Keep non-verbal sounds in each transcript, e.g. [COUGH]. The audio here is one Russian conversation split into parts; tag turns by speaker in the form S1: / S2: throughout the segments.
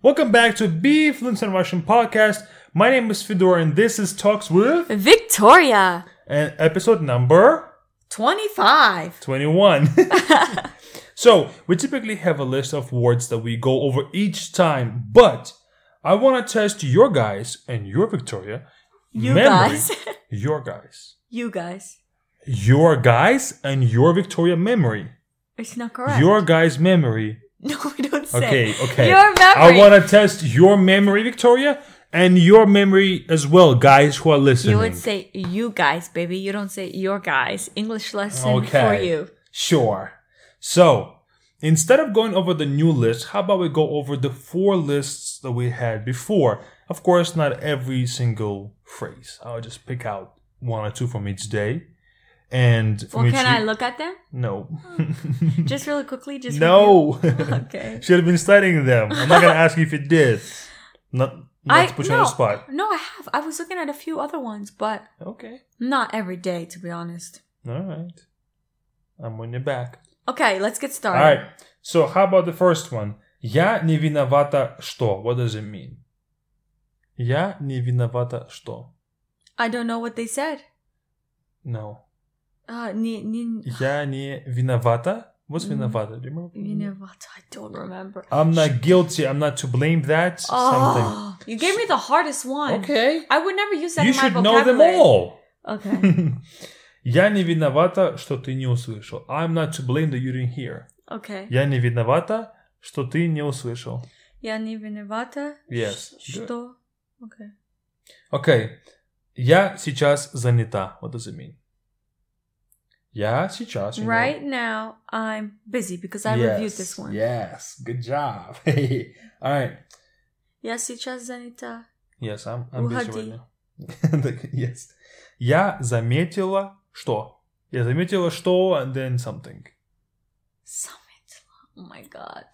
S1: Welcome back to B Fluent in Russian podcast. My name is Fedor, and this is Talks with
S2: Victoria,
S1: and episode number
S2: 25.
S1: 21. [LAUGHS] so, we typically have a list of words that we go over each time, but I want to test your guys and your Victoria.
S2: You guys.
S1: your guys.
S2: You guys.
S1: Your guys and your Victoria memory.
S2: It's not correct.
S1: Your guys' memory.
S2: no, we don't say.
S1: Okay, okay.
S2: Your memory.
S1: I want to test your memory, Victoria, and your memory as well, guys who are listening.
S2: you would say you guys, baby. You don't say your guys. English lesson for
S1: Okay.
S2: you.
S1: Sure. So instead of going over the new list, how about we go over the four lists that we had before? Of course, not every single phrase. I'll just pick out one or two from each day. And from
S2: Well,
S1: each
S2: can I
S1: week-
S2: look at them?
S1: No.
S2: Just really quickly. [LAUGHS] Just review.
S1: no. [LAUGHS]
S2: Okay.
S1: Should have been studying them. I'm not gonna ask you if you did. Not not
S2: I
S1: to put you
S2: no,
S1: on the spot.
S2: No, I have. I was looking at a few other ones, but
S1: Okay.
S2: not every day, to be honest.
S1: All right. I'm on your back.
S2: Okay, let's get
S1: All
S2: started.
S1: right. So how about the first one? Я не виновата что? What does it mean? Я не виновата что?
S2: I don't know what they said.
S1: No.
S2: Uh, ni, ni,
S1: Я не виновата. What's виновата? Do you remember?
S2: you know what? I don't remember.
S1: I'm not guilty. I'm not to blame that. Something.
S2: Oh, [GASPS] you gave me the hardest one.
S1: Okay.
S2: I would never use that
S1: You
S2: in my
S1: should know them
S2: vocabulary.
S1: all. [LAUGHS]
S2: Okay.
S1: Я не виновата, что ты не услышал. I'm not to blame that you didn't hear.
S2: Okay.
S1: Я не виновата, что ты не услышал.
S2: Я не виновата.
S1: Yes. Good.
S2: Что? Okay.
S1: Окей. Я сейчас занята. What does it mean? Я сейчас. you know.
S2: Right now, I'm busy because I
S1: Yes,
S2: reviewed this one.
S1: Yes. Good job. [LAUGHS] All right.
S2: Я сейчас занята.
S1: Yes, I'm, I'm busy right
S2: Уходи.
S1: now. [LAUGHS] Так, yes. Я заметила что? Я заметила что and then something.
S2: Summit. Oh my god.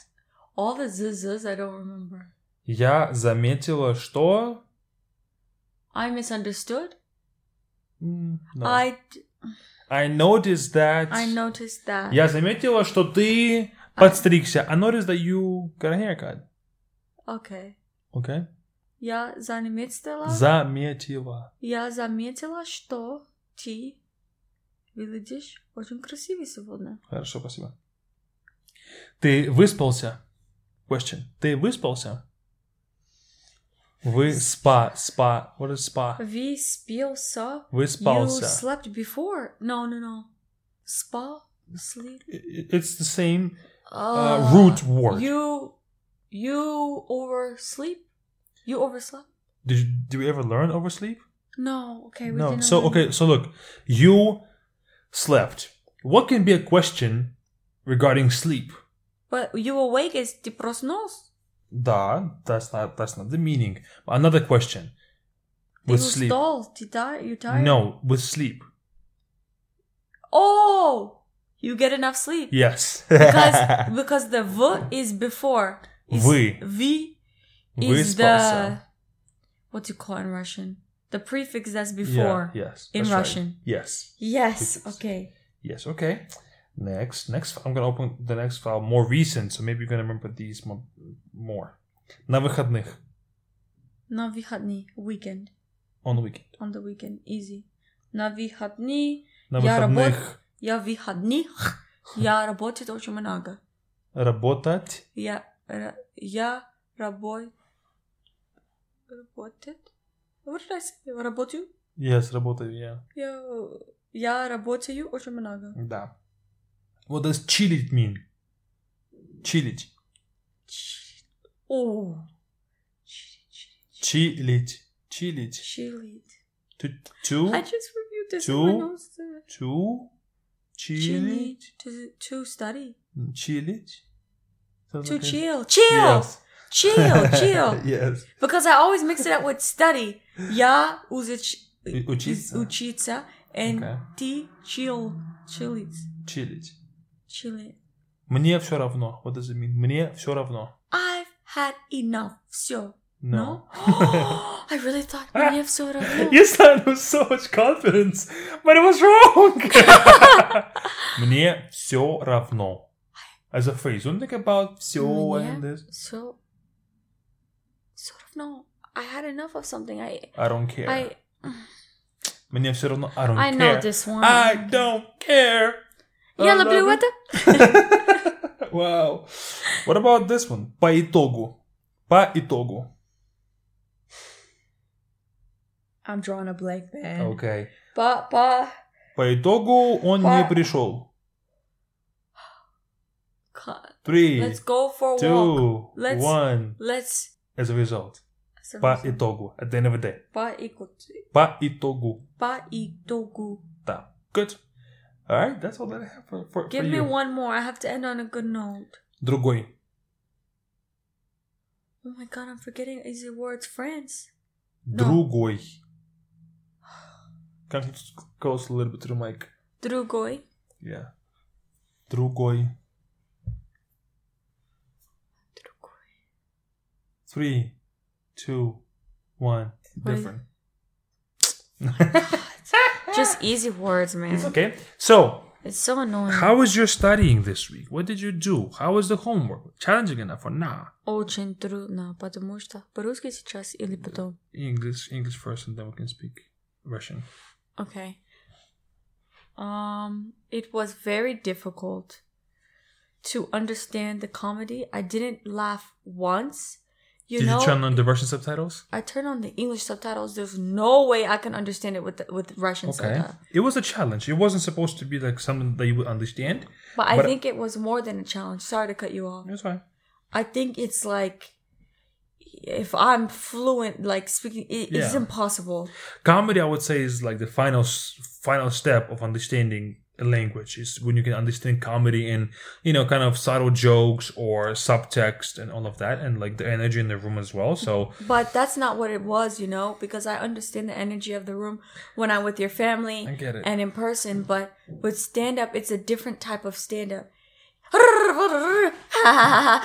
S2: All the zzzs I don't remember.
S1: Я заметила что?
S2: I misunderstood.
S1: М, no.
S2: I d-
S1: I noticed that.
S2: I noticed that.
S1: Я заметила, что ты подстригся. I noticed that you got a haircut.
S2: Okay.
S1: Okay.
S2: Я заметила.
S1: Заметила.
S2: Я заметила, что ты выглядишь очень красивый сегодня.
S1: Хорошо, спасибо. Ты выспался? Question. Ты выспался? Вы спа, спа. What is spa?
S2: Выспился. You
S1: Выспался.
S2: slept before? No, no, no. Spa, sleep.
S1: I- It's the same uh,
S2: Uh,
S1: root word.
S2: You, you oversleep. You overslept.
S1: Did you, do we ever learn oversleep?
S2: No. Okay. We
S1: No.
S2: didn't
S1: So
S2: learn.
S1: okay. So look, you slept. What can be a question regarding sleep?
S2: But you awake is ты проснулся.
S1: Да, that's not that's not the meaning. Another question. With
S2: you
S1: sleep.
S2: Stall. Ты tired? You tired?
S1: No, with sleep.
S2: Oh, you get enough sleep
S1: Yes. [LAUGHS]
S2: because because the v is before. Is
S1: Вы.
S2: V is the
S1: Выспался.
S2: what do you call it in Russian? The prefix that's before.
S1: Yeah, yes.
S2: in
S1: that's right.
S2: Russian.
S1: Yes.
S2: Yes.
S1: Prefix.
S2: Okay.
S1: Yes. Okay. Next. Next. I'm gonna open the next file more recent, so maybe you're gonna remember these mo- more. На выходных.
S2: На выходные. Weekend.
S1: On the weekend.
S2: On the weekend. Easy. На выходные.
S1: На
S2: Я
S1: выходных
S2: Я в [LAUGHS] выходных. Я работаю очень много.
S1: работать.
S2: Я, ра- я работаю. Работает? What did I say? Работаю?
S1: Yes, работаю я.
S2: Я, я работаю очень много.
S1: Да. What does chillit mean? Chillit.
S2: Чи- О. Чи- чи-
S1: Chillit. Chillit.
S2: Чилит.
S1: To to
S2: I just reviewed this.
S1: Two.
S2: everyone knows the-
S1: to chillit.
S2: Chillit. To, to study.
S1: Chillit. Sounds
S2: To
S1: okay.
S2: chill. Chill.
S1: Yes. [LAUGHS]
S2: Chill. Chill.
S1: yes.
S2: Because I always mix it up with study. Я узыч...
S1: И- учиться.
S2: из- учиться. And
S1: Okay.
S2: ты chill. Chillit.
S1: Chillit.
S2: Chillit.
S1: Мне все равно. What does it mean? Мне все равно.
S2: I've had enough. Все.
S1: No.
S2: Ну?
S1: [LAUGHS]
S2: [GASPS]
S1: Ah.
S2: I really thought мне все равно.
S1: You sound with so much confidence, but it was wrong. [LAUGHS] Мне все равно. As a phrase, don't think about все
S2: Мне
S1: and this.
S2: Все no, I had enough of something. I,
S1: I don't care.
S2: I,
S1: Мне все равно. I don't
S2: I
S1: care.
S2: know this one.
S1: I don't care.
S2: Я
S1: I love
S2: люблю
S1: it.
S2: это.
S1: wow. What about this one? По итогу. По итогу.
S2: I'm drawing a blank there.
S1: Okay.
S2: But, but,
S1: По итогу он
S2: По-
S1: не пришел. Three,
S2: let's go for a walk.
S1: two,
S2: Let's-
S1: one.
S2: Let's.
S1: As a result. По итогу. At the end of the day.
S2: По итогу.
S1: По итогу.
S2: По итогу.
S1: Да. Good. Alright, that's all that I have for, for, for
S2: Give me
S1: you.
S2: one more. I have to end on a good note.
S1: Другой.
S2: Oh my god, I'm forgetting easy words. France. No.
S1: Другой. Can you just close a little bit to the mic?
S2: Другой.
S1: Yeah. Другой.
S2: Другой.
S1: Three, two, one.
S2: Wait.
S1: Different.
S2: Just easy words, man.
S1: It's okay. So,
S2: It's so annoying.
S1: how was your studying this week? What did you do? How was the homework? Challenging enough or nah?
S2: Очень трудно, потому что по-русски сейчас или потом.
S1: English, English first, and then we can speak Russian.
S2: Okay. Um, it was very difficult to understand the comedy. I didn't laugh once. You
S1: did
S2: know,
S1: you turn on the Russian subtitles?
S2: I turned on the English subtitles. There's no way I can understand it with the, with Russian
S1: Okay.
S2: subtitles.
S1: It was a challenge. It wasn't supposed to be like something that you would understand.
S2: But I
S1: But-
S2: think it was more than a challenge. Sorry to cut you off.
S1: That's fine.
S2: I think it's like if I'm fluent, like speaking, it, it's
S1: Yeah.
S2: impossible.
S1: comedy i would say is like the final s- final step of understanding a language is when you can understand comedy and you know kind of subtle jokes or subtext and all of that and like the energy in the room as well so
S2: But that's not what it was, you know, because I understand the energy of the room when I'm with your family
S1: I get it.
S2: and in person. But with stand up, it's a different type of stand [LAUGHS] up.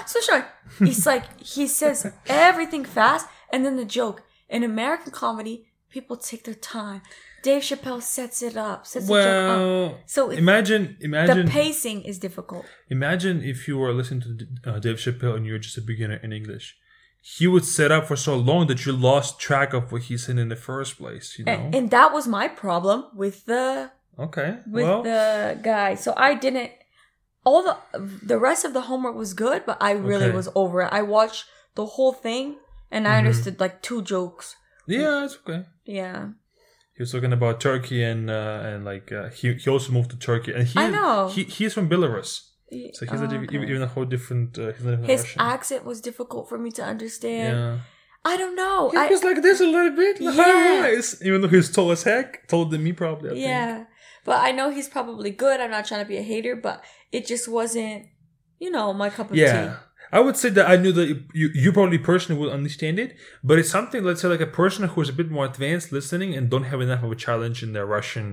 S2: so sure. It's like he says everything fast and then the joke. In American comedy, people take their time. Dave Chappelle sets it up, sets the joke up.
S1: well
S2: So it's,
S1: imagine
S2: the
S1: imagine
S2: pacing is difficult.
S1: imagine if you were listening to D- uh, dave chappelle and you're just a beginner in english he would set up for so long that you lost track of what he said in the first place you know
S2: And, and that was my problem with the
S1: okay
S2: with
S1: well
S2: the guy. So I didn't. All the the rest of the homework was good, but I really
S1: Okay.
S2: was over it. I watched the whole thing and I
S1: Mhm.
S2: understood like two jokes.
S1: yeah it's okay
S2: Yeah,
S1: He was talking about Turkey and uh, and like uh, he he also moved to Turkey and he
S2: I know.
S1: he he's from Belarus, so he's
S2: Oh,
S1: not even,
S2: okay.
S1: even a whole different. Uh, he's not even
S2: his
S1: Russian.
S2: accent was difficult for me to understand.
S1: yeah,
S2: I don't know.
S1: he
S2: I,
S1: was like this a little bit. [LAUGHS] Like,
S2: Yeah.
S1: "Hi, guys," even though he's tall as heck, taller than me probably. I think.
S2: yeah, but I know he's probably good. I'm not trying to be a hater, but it just wasn't, you know, my cup of
S1: yeah. I would say that I knew that you you probably personally would understand it, but it's something. Let's say like a person who is a bit more advanced listening and don't have enough of a challenge in their Russian,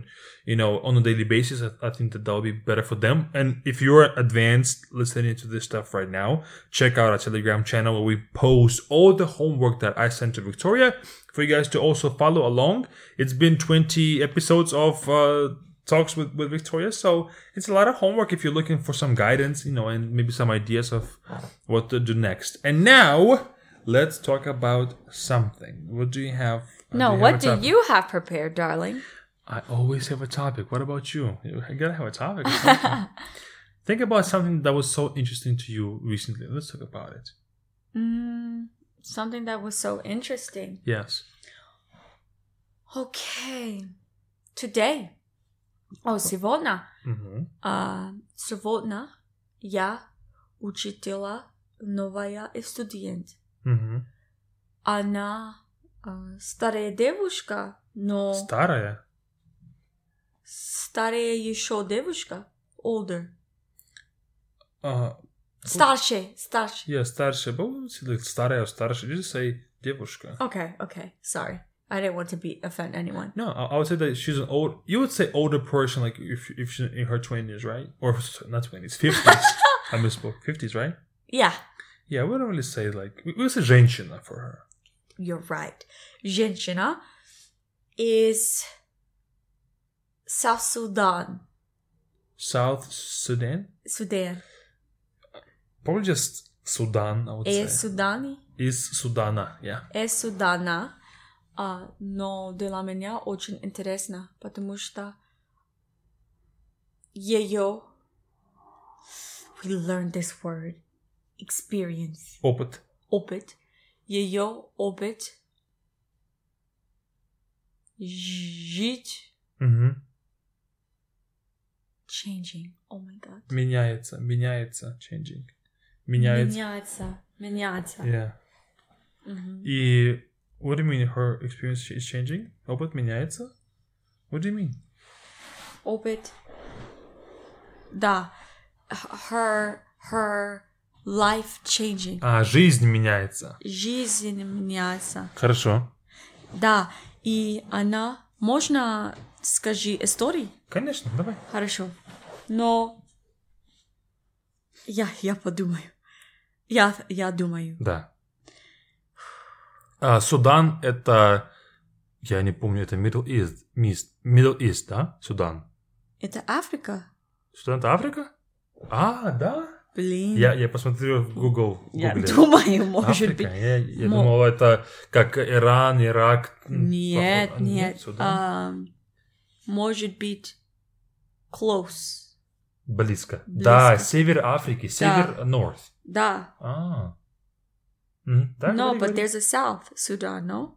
S1: you know, on a daily basis. I, I think that that would be better for them. And if you're advanced listening to this stuff right now, check out our Telegram channel where we post all the homework that I sent to Victoria for you guys to also follow along. It's been 20 episodes of. Uh, talks with, with Victoria. So it's a lot of homework if you're looking for some guidance, you know, and maybe some ideas of what to do next. And now let's talk about something. What do you have?
S2: tea. No,
S1: you have a
S2: what do
S1: topic?
S2: you have prepared, darling?
S1: I always have a topic. What about you? You gotta have a topic. [LAUGHS] or something. Think about something that was so interesting to you recently. Let's talk about it.
S2: [LAUGHS] Mm, something that was so interesting.
S1: Yes.
S2: Okay. Today. Oh, сегодня.
S1: Mm-hmm.
S2: А, сегодня я учителя новая студент.
S1: Mm-hmm.
S2: Она а, старая девушка, но
S1: Старая.
S2: старая еще девушка. Older.
S1: Uh,
S2: Старше, старше.
S1: yeah, старшая. But we don't say like старая or старшая. You just say девушка.
S2: Okay, okay. Sorry. I didn't want to be offend anyone.
S1: No, I I would say that she's an old. You would say older person, like if if she's in her twenties, right? Or not twenties, fifties. I misspoke. Fifties, right?
S2: Yeah,
S1: Yeah, we don't really say like we we say женщина for her.
S2: you're right. Женщина is South Sudan.
S1: South Sudan,
S2: Sudan.
S1: probably just Sudan. I would
S2: Е
S1: say.
S2: Судани.
S1: Из Судана, yeah.
S2: Из Судана. А, но для меня очень интересно, потому что ее... We learned this word. Experience.
S1: Опыт.
S2: Опыт. Ее опыт жить
S1: Мгм.
S2: changing. Oh my god.
S1: Меняется, меняется, changing. Меняется.
S2: Меняется. Меняется.
S1: Yeah.
S2: Мгм.
S1: И what do you mean her experience is changing? Опыт меняется? What do you mean?
S2: Опыт. Да. Her, her life changing.
S1: А, жизнь меняется.
S2: Жизнь меняется.
S1: Хорошо.
S2: Да. И она... Можно скажи истории?
S1: Конечно, давай.
S2: Хорошо. Но... Я, я подумаю. Я, я думаю.
S1: Да. А, Судан это... Я не помню, это Middle East, Мис- Middle East, да? Судан.
S2: Это Африка?
S1: Судан это Африка? А, да?
S2: Блин.
S1: Я, я посмотрю в Google. в
S2: Я
S1: Гугле.
S2: думаю, может
S1: Африка?
S2: быть.
S1: Я, я
S2: Мо-
S1: думал, это как Иран, Ирак. м, а,
S2: Нет,
S1: похоже.
S2: нет. а,
S1: Судан.
S2: ам, Может быть, close.
S1: Близко.
S2: близко.
S1: Да, север Африки, север, north.
S2: Да.
S1: А. М, да,
S2: No,
S1: говори,
S2: but
S1: говори.
S2: there's a South Sudan, no?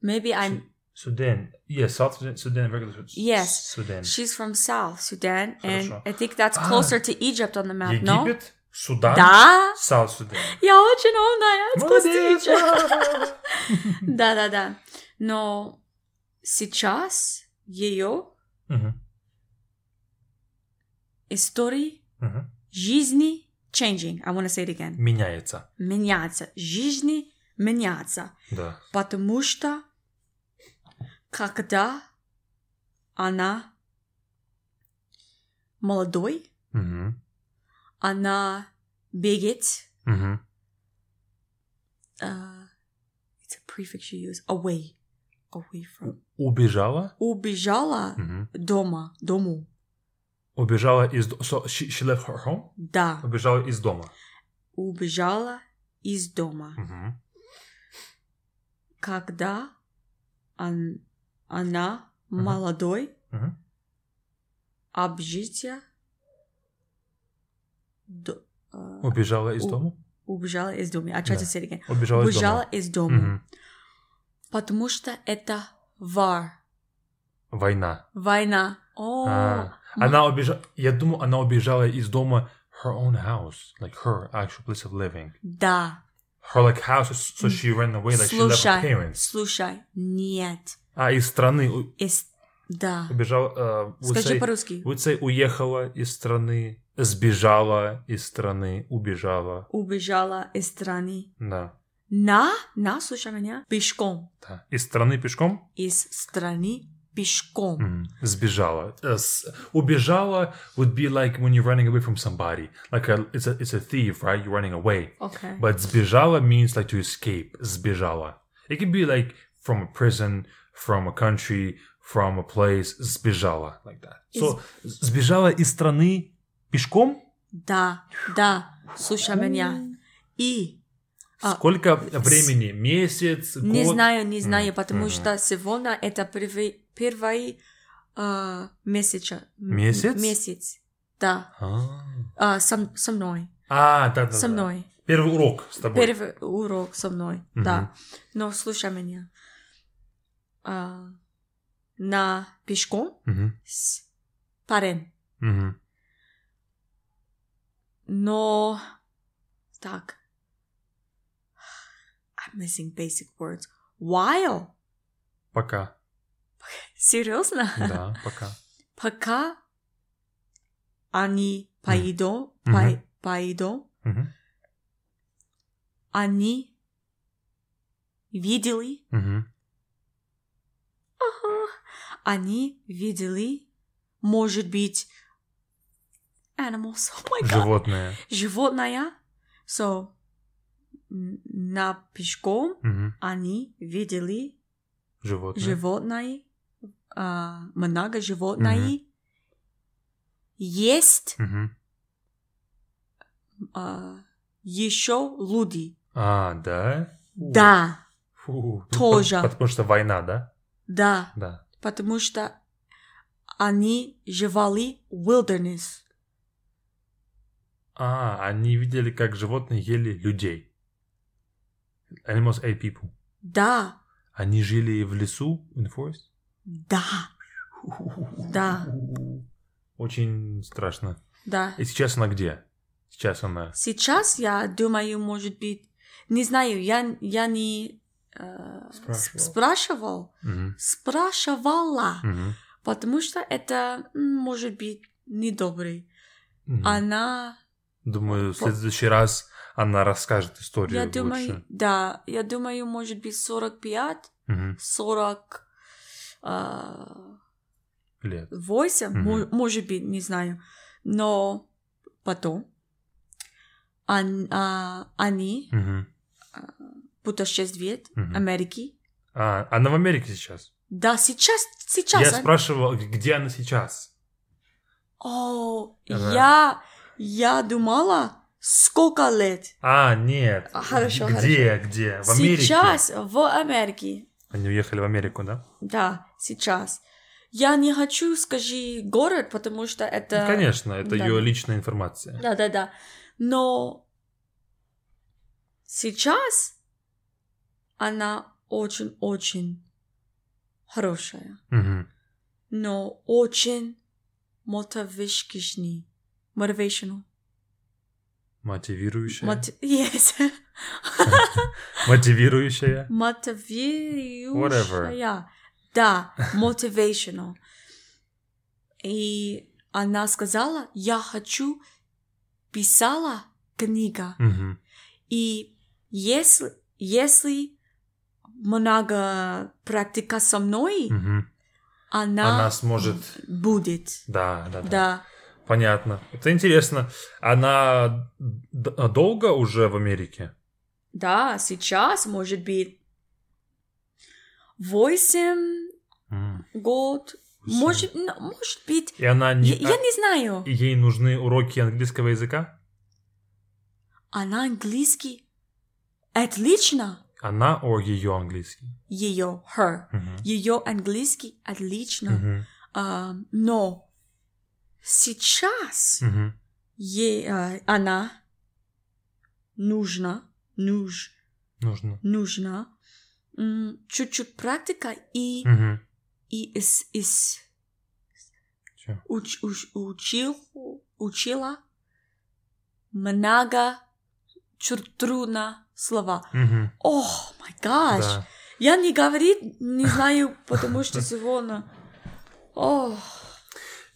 S2: Maybe I'm.
S1: Sudan. Yes, South Sudan, Sudan, regular Sud-
S2: Yes.
S1: Sudan.
S2: She's from South Sudan, and
S1: Хорошо.
S2: I think that's
S1: А.
S2: closer to Egypt on the map, no?
S1: Египет, Судан,
S2: ну. Да.
S1: South Sudan.
S2: Я очень умная. It's close to
S1: Молодец!
S2: Egypt. [LAUGHS] Да, да, да. Но сейчас ее
S1: [LAUGHS] Мгм,
S2: истории
S1: мгм.
S2: жизни changing. I want to say it again.
S1: Меняется.
S2: меняться, жизни меняться,
S1: Да.
S2: потому что когда она молодой,
S1: Мгм,
S2: она бегает,
S1: мгм.
S2: uh, it's a prefix you use, away, away from,
S1: Убежала.
S2: убежала
S1: Мгм.
S2: дома, дому,
S1: Убежала из... до- So she, she left her home?
S2: да,
S1: Убежала из дома.
S2: убежала из дома,
S1: Мгм.
S2: когда он- она
S1: Мгм.
S2: молодой,
S1: Мгм.
S2: обжития до- э,
S1: Убежала из
S2: У-
S1: дома?
S2: убежала из дома. I tried
S1: Да.
S2: to say it again.
S1: Убежала из
S2: Убежала
S1: дома.
S2: из дома.
S1: Мгм.
S2: Потому что это вар.
S1: Война.
S2: Война. О,
S1: А. Она убежала... Я думаю, она убежала из дома her own house. Like her actual place of living.
S2: да.
S1: Her like house, so she ran away, like she left her
S2: слушай,
S1: parents.
S2: слушай, нет.
S1: А из страны у-
S2: Из... Да.
S1: убежала, э, would
S2: Скажи
S1: say-
S2: по-русски.
S1: would say уехала из страны, сбежала из страны, убежала.
S2: Убежала из страны.
S1: Да.
S2: На, на, слушай меня. Пешком.
S1: да. Из страны пешком?
S2: Из страны пешком.
S1: М, Сбежала. Э, с- убежала would be like when you're running away from somebody. Like a, it's, a, it's a thief, right? You're running away.
S2: Окей.
S1: But сбежала means like to escape. Сбежала. It could be like from a prison, from a country, from a place. Сбежала, like that. So сбежала из страны пешком.
S2: Да, да. Слушай меня. И А,
S1: Сколько времени? Месяц, год?
S2: Не знаю, не знаю, потому
S1: мгм.
S2: что сегодня это первый, первый а, месяча- м-
S1: Месяц?
S2: Месяц, да.
S1: А,
S2: А, со, со мной,
S1: А, да, да,
S2: со
S1: да.
S2: мной.
S1: Первый урок с тобой.
S2: Первый урок со мной,
S1: Мгм.
S2: да. Но слушай меня. А, на пешком
S1: Мгм,
S2: с парень.
S1: мгм.
S2: Но... Так. I'm missing basic words. While.
S1: Пока.
S2: Серьезно? [LAUGHS]
S1: Да, пока.
S2: пока они поедут,
S1: Мгм.
S2: пой- поедут,
S1: Мгм,
S2: они видели,
S1: мгм.
S2: они видели, может быть, animals, [LAUGHS] oh my god,
S1: Животное.
S2: животное, so, м, на пешком
S1: Мгм,
S2: они видели
S1: Животное.
S2: животное, а, много животных, есть
S1: Мгм.
S2: а, еще люди,
S1: А, да?
S2: Да,
S1: Фу. Ну,
S2: Тоже.
S1: Потому что война, да?
S2: да,
S1: Да.
S2: потому что они живали в wilderness.
S1: А, они видели, как животные ели людей. Animals ate people.
S2: Да,
S1: Они жили в лесу, in the forest?
S2: да, да,
S1: Очень страшно.
S2: да.
S1: И сейчас она где? Сейчас она...
S2: Сейчас я думаю, может быть, не знаю, я, я не э,
S1: Спрашивал.
S2: с- спрашивал,
S1: Мгм.
S2: спрашивала,
S1: Мгм.
S2: потому что это м, может быть недобрый.
S1: Мгм.
S2: Она,
S1: Думаю, в следующий раз она расскажет историю
S2: я
S1: лучше.
S2: думаю, да, я думаю, может быть 45,
S1: Мгм.
S2: 40,
S1: Лет.
S2: 8, э, мо-
S1: Мгм.
S2: может быть, не знаю, но потом он- а, они
S1: Мгм.
S2: путешествуют
S1: Мгм.
S2: Америки.
S1: А, она в Америке сейчас?
S2: Да, сейчас, сейчас.
S1: Я
S2: а-
S1: спрашивал, где она сейчас?
S2: О,
S1: Ага.
S2: я, я думала, сколько лет
S1: А, нет.
S2: А, хорошо,
S1: где, где? В Америке?
S2: сейчас в Америке.
S1: Они уехали в Америку, да? Ну,
S2: Да, сейчас. Я не хочу, скажи, город, потому что это...
S1: Ну, Конечно, это
S2: Да.
S1: ее личная информация.
S2: Да, да, да. Но сейчас она очень-очень хорошая,
S1: Мгм.
S2: но очень motivational. Motivational.
S1: Мотивирующая.
S2: Мот- Yes.
S1: Мотивирующая.
S2: Мотивирующая. Да, motivational. И она сказала, я хочу писала книга.
S1: Мгм.
S2: И если, если много практика со мной,
S1: Мгм.
S2: она,
S1: Она сможет...
S2: будет.
S1: Да, да, да.
S2: Да.
S1: Понятно. Это интересно. Она д- долго уже в Америке?
S2: Да, сейчас, может быть, восемь
S1: М.
S2: год.
S1: Восемь.
S2: Может, ну, может быть,
S1: И она не...
S2: я, я не знаю.
S1: И Ей нужны уроки английского языка?
S2: Она английский отлично.
S1: Она or ее английский?
S2: Ее, her.
S1: Мгм.
S2: Ее английский отлично.
S1: Мгм.
S2: А, но сейчас
S1: Мгм.
S2: ей, а, она нужна, нуж,
S1: Нужно.
S2: нужна м, чуть-чуть практика и,
S1: Мгм.
S2: и из, из
S1: Чё?
S2: уч- уч- учил, учила много чур- трудно слова.
S1: Мгм.
S2: О, май гаш!
S1: Да.
S2: Я не говорить не знаю,
S1: [LAUGHS]
S2: потому что сегодня... О,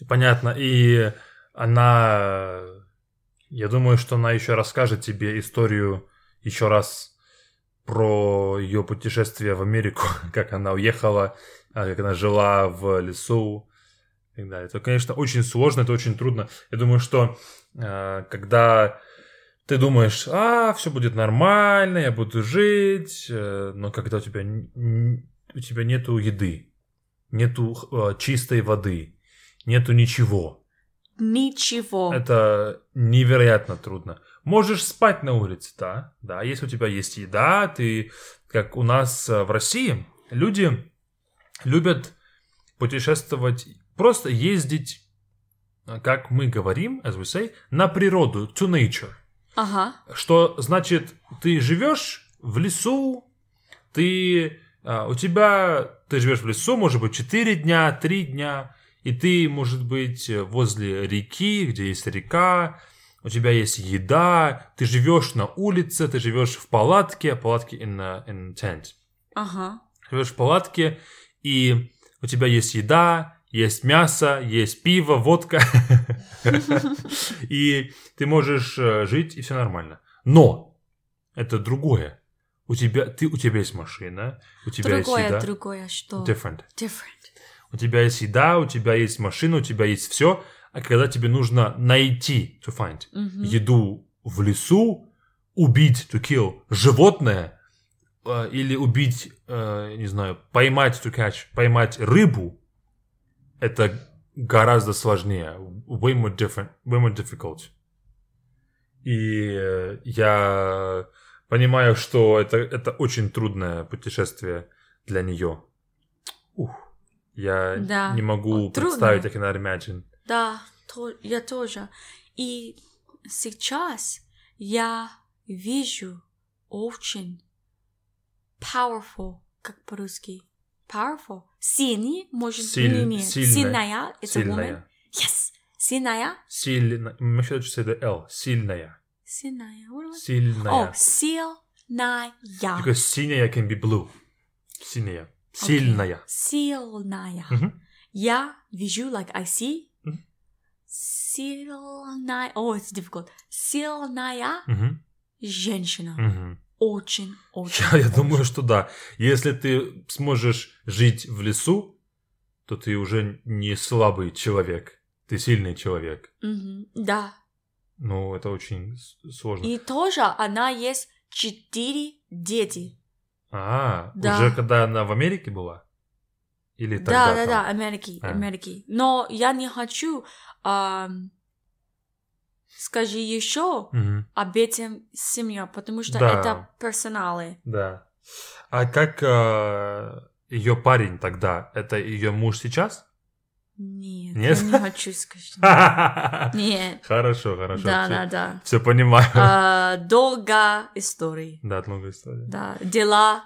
S1: Понятно. И она, я думаю, что она еще расскажет тебе историю еще раз про ее путешествие в Америку, [LAUGHS] как она уехала, а, как она жила в лесу и так далее. Это, конечно, очень сложно, это очень трудно. Я думаю, что э, когда ты думаешь, а, все будет нормально, я буду жить, э, но когда у тебя, н- н- у тебя нету еды, нету э, чистой воды, нету ничего.
S2: ничего.
S1: Это невероятно трудно. Можешь спать на улице, да, да, если у тебя есть еда, ты, как у нас э, в России, люди любят путешествовать, просто ездить, э, как мы говорим, as we say, на природу, to nature.
S2: Ага.
S1: Что значит, ты живешь в лесу, ты, а, у тебя, ты живешь в лесу, может быть, 4 дня, 3 дня, и ты, может быть, возле реки, где есть река, у тебя есть еда, ты живешь на улице, ты живешь в палатке, палатке in, a- in tent
S2: Ага.
S1: живешь в палатке, и у тебя есть еда, есть мясо, есть пиво, водка. [LAUGHS] И ты можешь э, жить, и все нормально. Но это другое. У тебя, ты, у тебя есть машина, у тебя есть
S2: Другое,
S1: еда.
S2: другое, что?
S1: Different.
S2: Different.
S1: У тебя есть еда, у тебя есть машина, у тебя есть все. А когда тебе нужно найти, to find,
S2: Мгм.
S1: еду в лесу, убить, to kill, животное, э, или убить, э, не знаю, поймать, to catch, поймать рыбу, это гораздо сложнее, way more different, way more difficult. И э, я понимаю, что это, это очень трудное путешествие для нее. Ух, я
S2: Да.
S1: не могу
S2: Трудное.
S1: представить, как она Imagine.
S2: Да, то, я тоже. И сейчас я вижу очень powerful, как по-русски. Powerful. Сильный, может,
S1: Силь-
S2: не имеет.
S1: сильная.
S2: Сильная. It's a woman.
S1: Сильная.
S2: Yes. Сильная.
S1: Сильная. Мы считаем, что это L. Сильная.
S2: Сильная. What do I-
S1: Сильная.
S2: О, сильная.
S1: Because синяя can be blue. Синяя. Сильная.
S2: Сильная.
S1: Мгм.
S2: Я вижу, like I see.
S1: Мгм.
S2: Сильная. Oh, it's difficult. Сильная
S1: Мгм.
S2: женщина.
S1: Мгм.
S2: Очень, очень.
S1: Я, я думаю, что да. Если ты сможешь жить в лесу, то ты уже не слабый человек. Ты сильный человек.
S2: Мгм, Да.
S1: Ну, это очень с- сложно.
S2: И тоже она есть четыре дети.
S1: А,
S2: Да.
S1: уже когда она в Америке была? Или
S2: Да,
S1: тогда?
S2: да,
S1: там?
S2: да, Америки,
S1: А.
S2: Америки. Но я не хочу. ам, скажи еще
S1: Мгм,
S2: об этом семья, потому что
S1: Да.
S2: это персоналы.
S1: да. А как ее парень тогда? Это ее муж сейчас?
S2: Нет,
S1: Нет?
S2: я не хочу сказать.
S1: Хорошо, [LAUGHS]
S2: Нет.
S1: хорошо.
S2: Да, да, да.
S1: Все понимаю. [LAUGHS]
S2: А, долгая история.
S1: Да, это новая история.
S2: Да, дела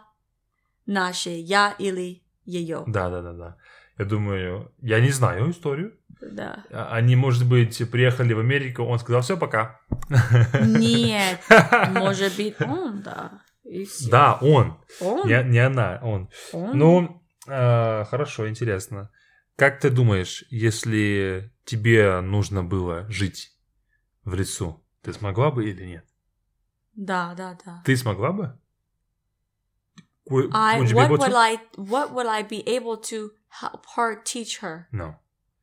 S2: наши, я или ее.
S1: Да, да, да, да. Я думаю, я не знаю историю.
S2: Да.
S1: А- Они, может быть, приехали в Америку, он сказал, все, пока. [LAUGHS]
S2: Нет, может быть, он, да. И всё.
S1: Да, он.
S2: Он,
S1: Не, не она, он.
S2: он.
S1: Ну, э, хорошо, интересно. Как ты думаешь, если тебе нужно было жить в лесу, ты смогла бы или нет?
S2: Да, да, да.
S1: Ты смогла бы? Would
S2: I,
S1: you be
S2: what
S1: able
S2: would
S1: to?
S2: I, what would I be able to help her, teach her?
S1: No.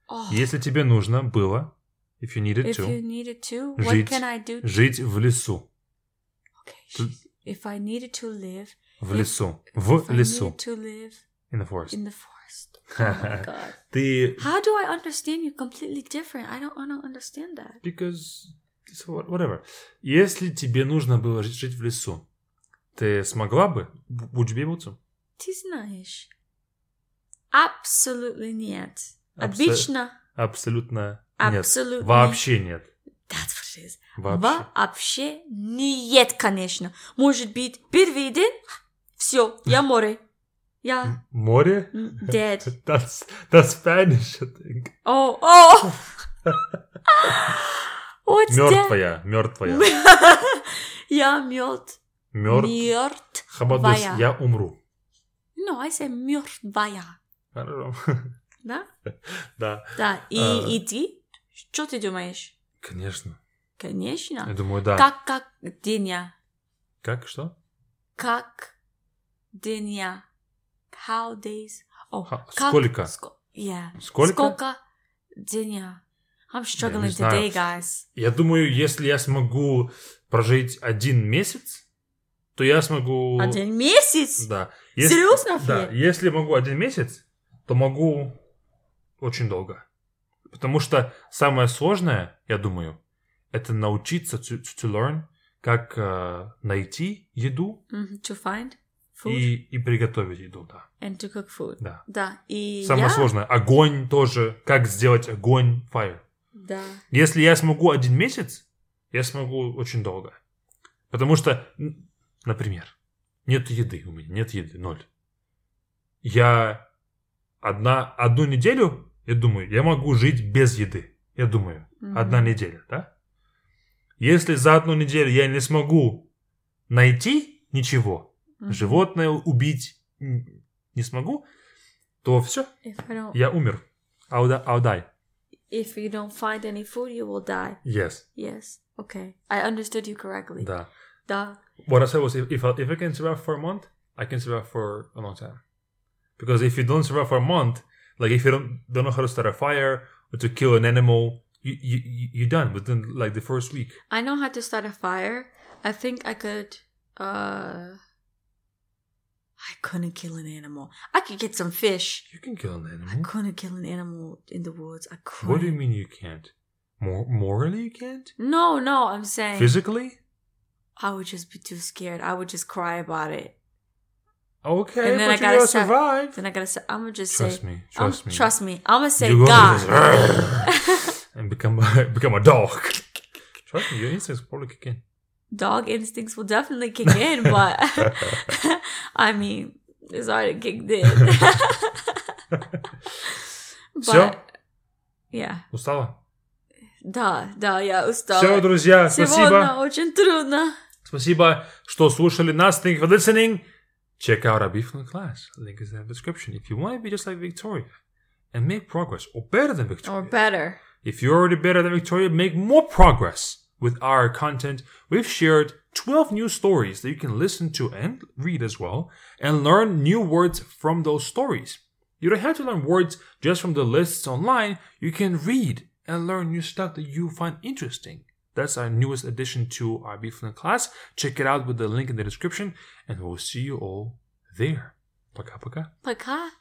S2: Oh,
S1: Если тебе нужно было, if you needed
S2: if
S1: to,
S2: you needed to, what
S1: Жить.
S2: can I do?
S1: жить в лесу.
S2: Okay,
S1: Ты-
S2: she's- if I needed to live,
S1: В
S2: If-
S1: лесу. В
S2: if I
S1: лесу.
S2: needed to live
S1: In the forest.
S2: in the forest. Oh my god.
S1: Ты...
S2: How do I understand you completely different? I don't, I don't understand that.
S1: Because... it's what- Whatever. Если тебе нужно было жить, жить в лесу, ты смогла бы? Would you be able to?
S2: Ты знаешь. Абсолютно нет.
S1: Абсо-
S2: Обычно.
S1: Абсолютно
S2: Абсолютно.
S1: нет. Вообще нет.
S2: That's what it is.
S1: Вообще.
S2: Вообще нет, конечно. Может быть, первый день, все, я море. Я
S1: М- Море?
S2: м, dead. Oh,
S1: That's, that's Spanish, I think.
S2: О, о! What's that?
S1: Мертвая, мертвая.
S2: [LAUGHS] Я мёрт.
S1: Мертв.
S2: Мёрт.
S1: Хабадос,
S2: Вая.
S1: я умру.
S2: No, I say мёртвая.
S1: Хорошо.
S2: [LAUGHS] Да?
S1: Да.
S2: Да. И
S1: А.
S2: иди. Что ты думаешь?
S1: Конечно. Я
S2: Конечно.
S1: думаю, да.
S2: Как, как дня?
S1: Как что?
S2: Как дня? How days? О,
S1: Ха-
S2: как-
S1: сколько?
S2: ско- yeah.
S1: Сколько?
S2: Сколько дня? I'm struggling
S1: знаю.
S2: today, guys.
S1: Я думаю, если я смогу прожить один месяц, то я смогу...
S2: Один месяц?
S1: Да.
S2: Серьезно,
S1: Да.
S2: Фе?
S1: Если могу один месяц, то могу очень долго. Потому что самое сложное, я думаю, это научиться to, to learn, как э, найти еду
S2: Мгм, Mhm, To find food
S1: и, и приготовить еду, да.
S2: and to cook food.
S1: да.
S2: Да, и
S1: Самое
S2: я...
S1: сложное. Огонь тоже. Как сделать огонь, fire.
S2: Да.
S1: Если я смогу один месяц, я смогу очень долго. Потому что, н- например, нет еды у меня, нет еды, ноль. Я одна, одну неделю, я думаю, я могу жить без еды. Я думаю,
S2: Мгм.
S1: одна неделя, да? Если за одну неделю я не смогу найти ничего,
S2: Мгм.
S1: животное убить н- не смогу, то все,
S2: If, I don't-
S1: я умер. I'll die. I'll die.
S2: if you don't find any food, you will die.
S1: Yes.
S2: Yes. Okay. I understood you correctly.
S1: Да.
S2: Да.
S1: what I said was if if I, if I can survive for a month, I can survive for a long time. Because if you don't survive for a month, like if you don't don't know how to start a fire or to kill an animal, you you you- you're done within like the first week.
S2: I know how to start a fire. I think I could. Uh, I couldn't kill an animal. I could get some fish.
S1: You can kill an
S2: I
S1: animal.
S2: couldn't kill an animal in the woods. I couldn't.
S1: Mm-hmm. What do you mean you can't? Mor- morally you can't?
S2: No, no, I'm saying
S1: Physically?
S2: I would just be too scared. I would just cry about it.
S3: Okay,
S2: And then I
S3: but you
S2: gotta
S3: gotta
S2: sa-
S3: survive.
S2: Then I gotta say, I'm gonna just
S1: Trust
S2: say,
S1: me,
S2: I'm-
S1: trust me.
S2: trust me, I'm gonna say
S1: you go
S2: God.
S1: [LAUGHS]
S2: [LAUGHS]
S1: and become a, [LAUGHS] become a dog. Trust me, your instincts probably kick in.
S2: Dog instincts will definitely kick
S1: [LAUGHS]
S2: in, but [LAUGHS] I mean, it's already kicked
S1: [LAUGHS]
S2: in. [LAUGHS] but
S1: Всё?
S2: yeah,
S1: Устала?
S2: да, да, я
S1: Все,
S2: устала.
S1: друзья, спасибо.
S2: Сегодня очень трудно.
S1: Спасибо, что слушали нас. Thank you for listening. Check out our Biflin class. Link is in the description. If you want to be just like Victoria and make progress or better than Victoria.
S2: Or better.
S1: If you're already better than Victoria, make more progress with our content. We've shared 12 new stories that you can listen to and read as well and learn new words from those stories. You don't have to learn words just from the lists online. You can read and learn new stuff that you find interesting. That's our newest addition to our BFN class. Check it out with the link in the description and we'll see you all there. Пока-пока.
S2: Пока.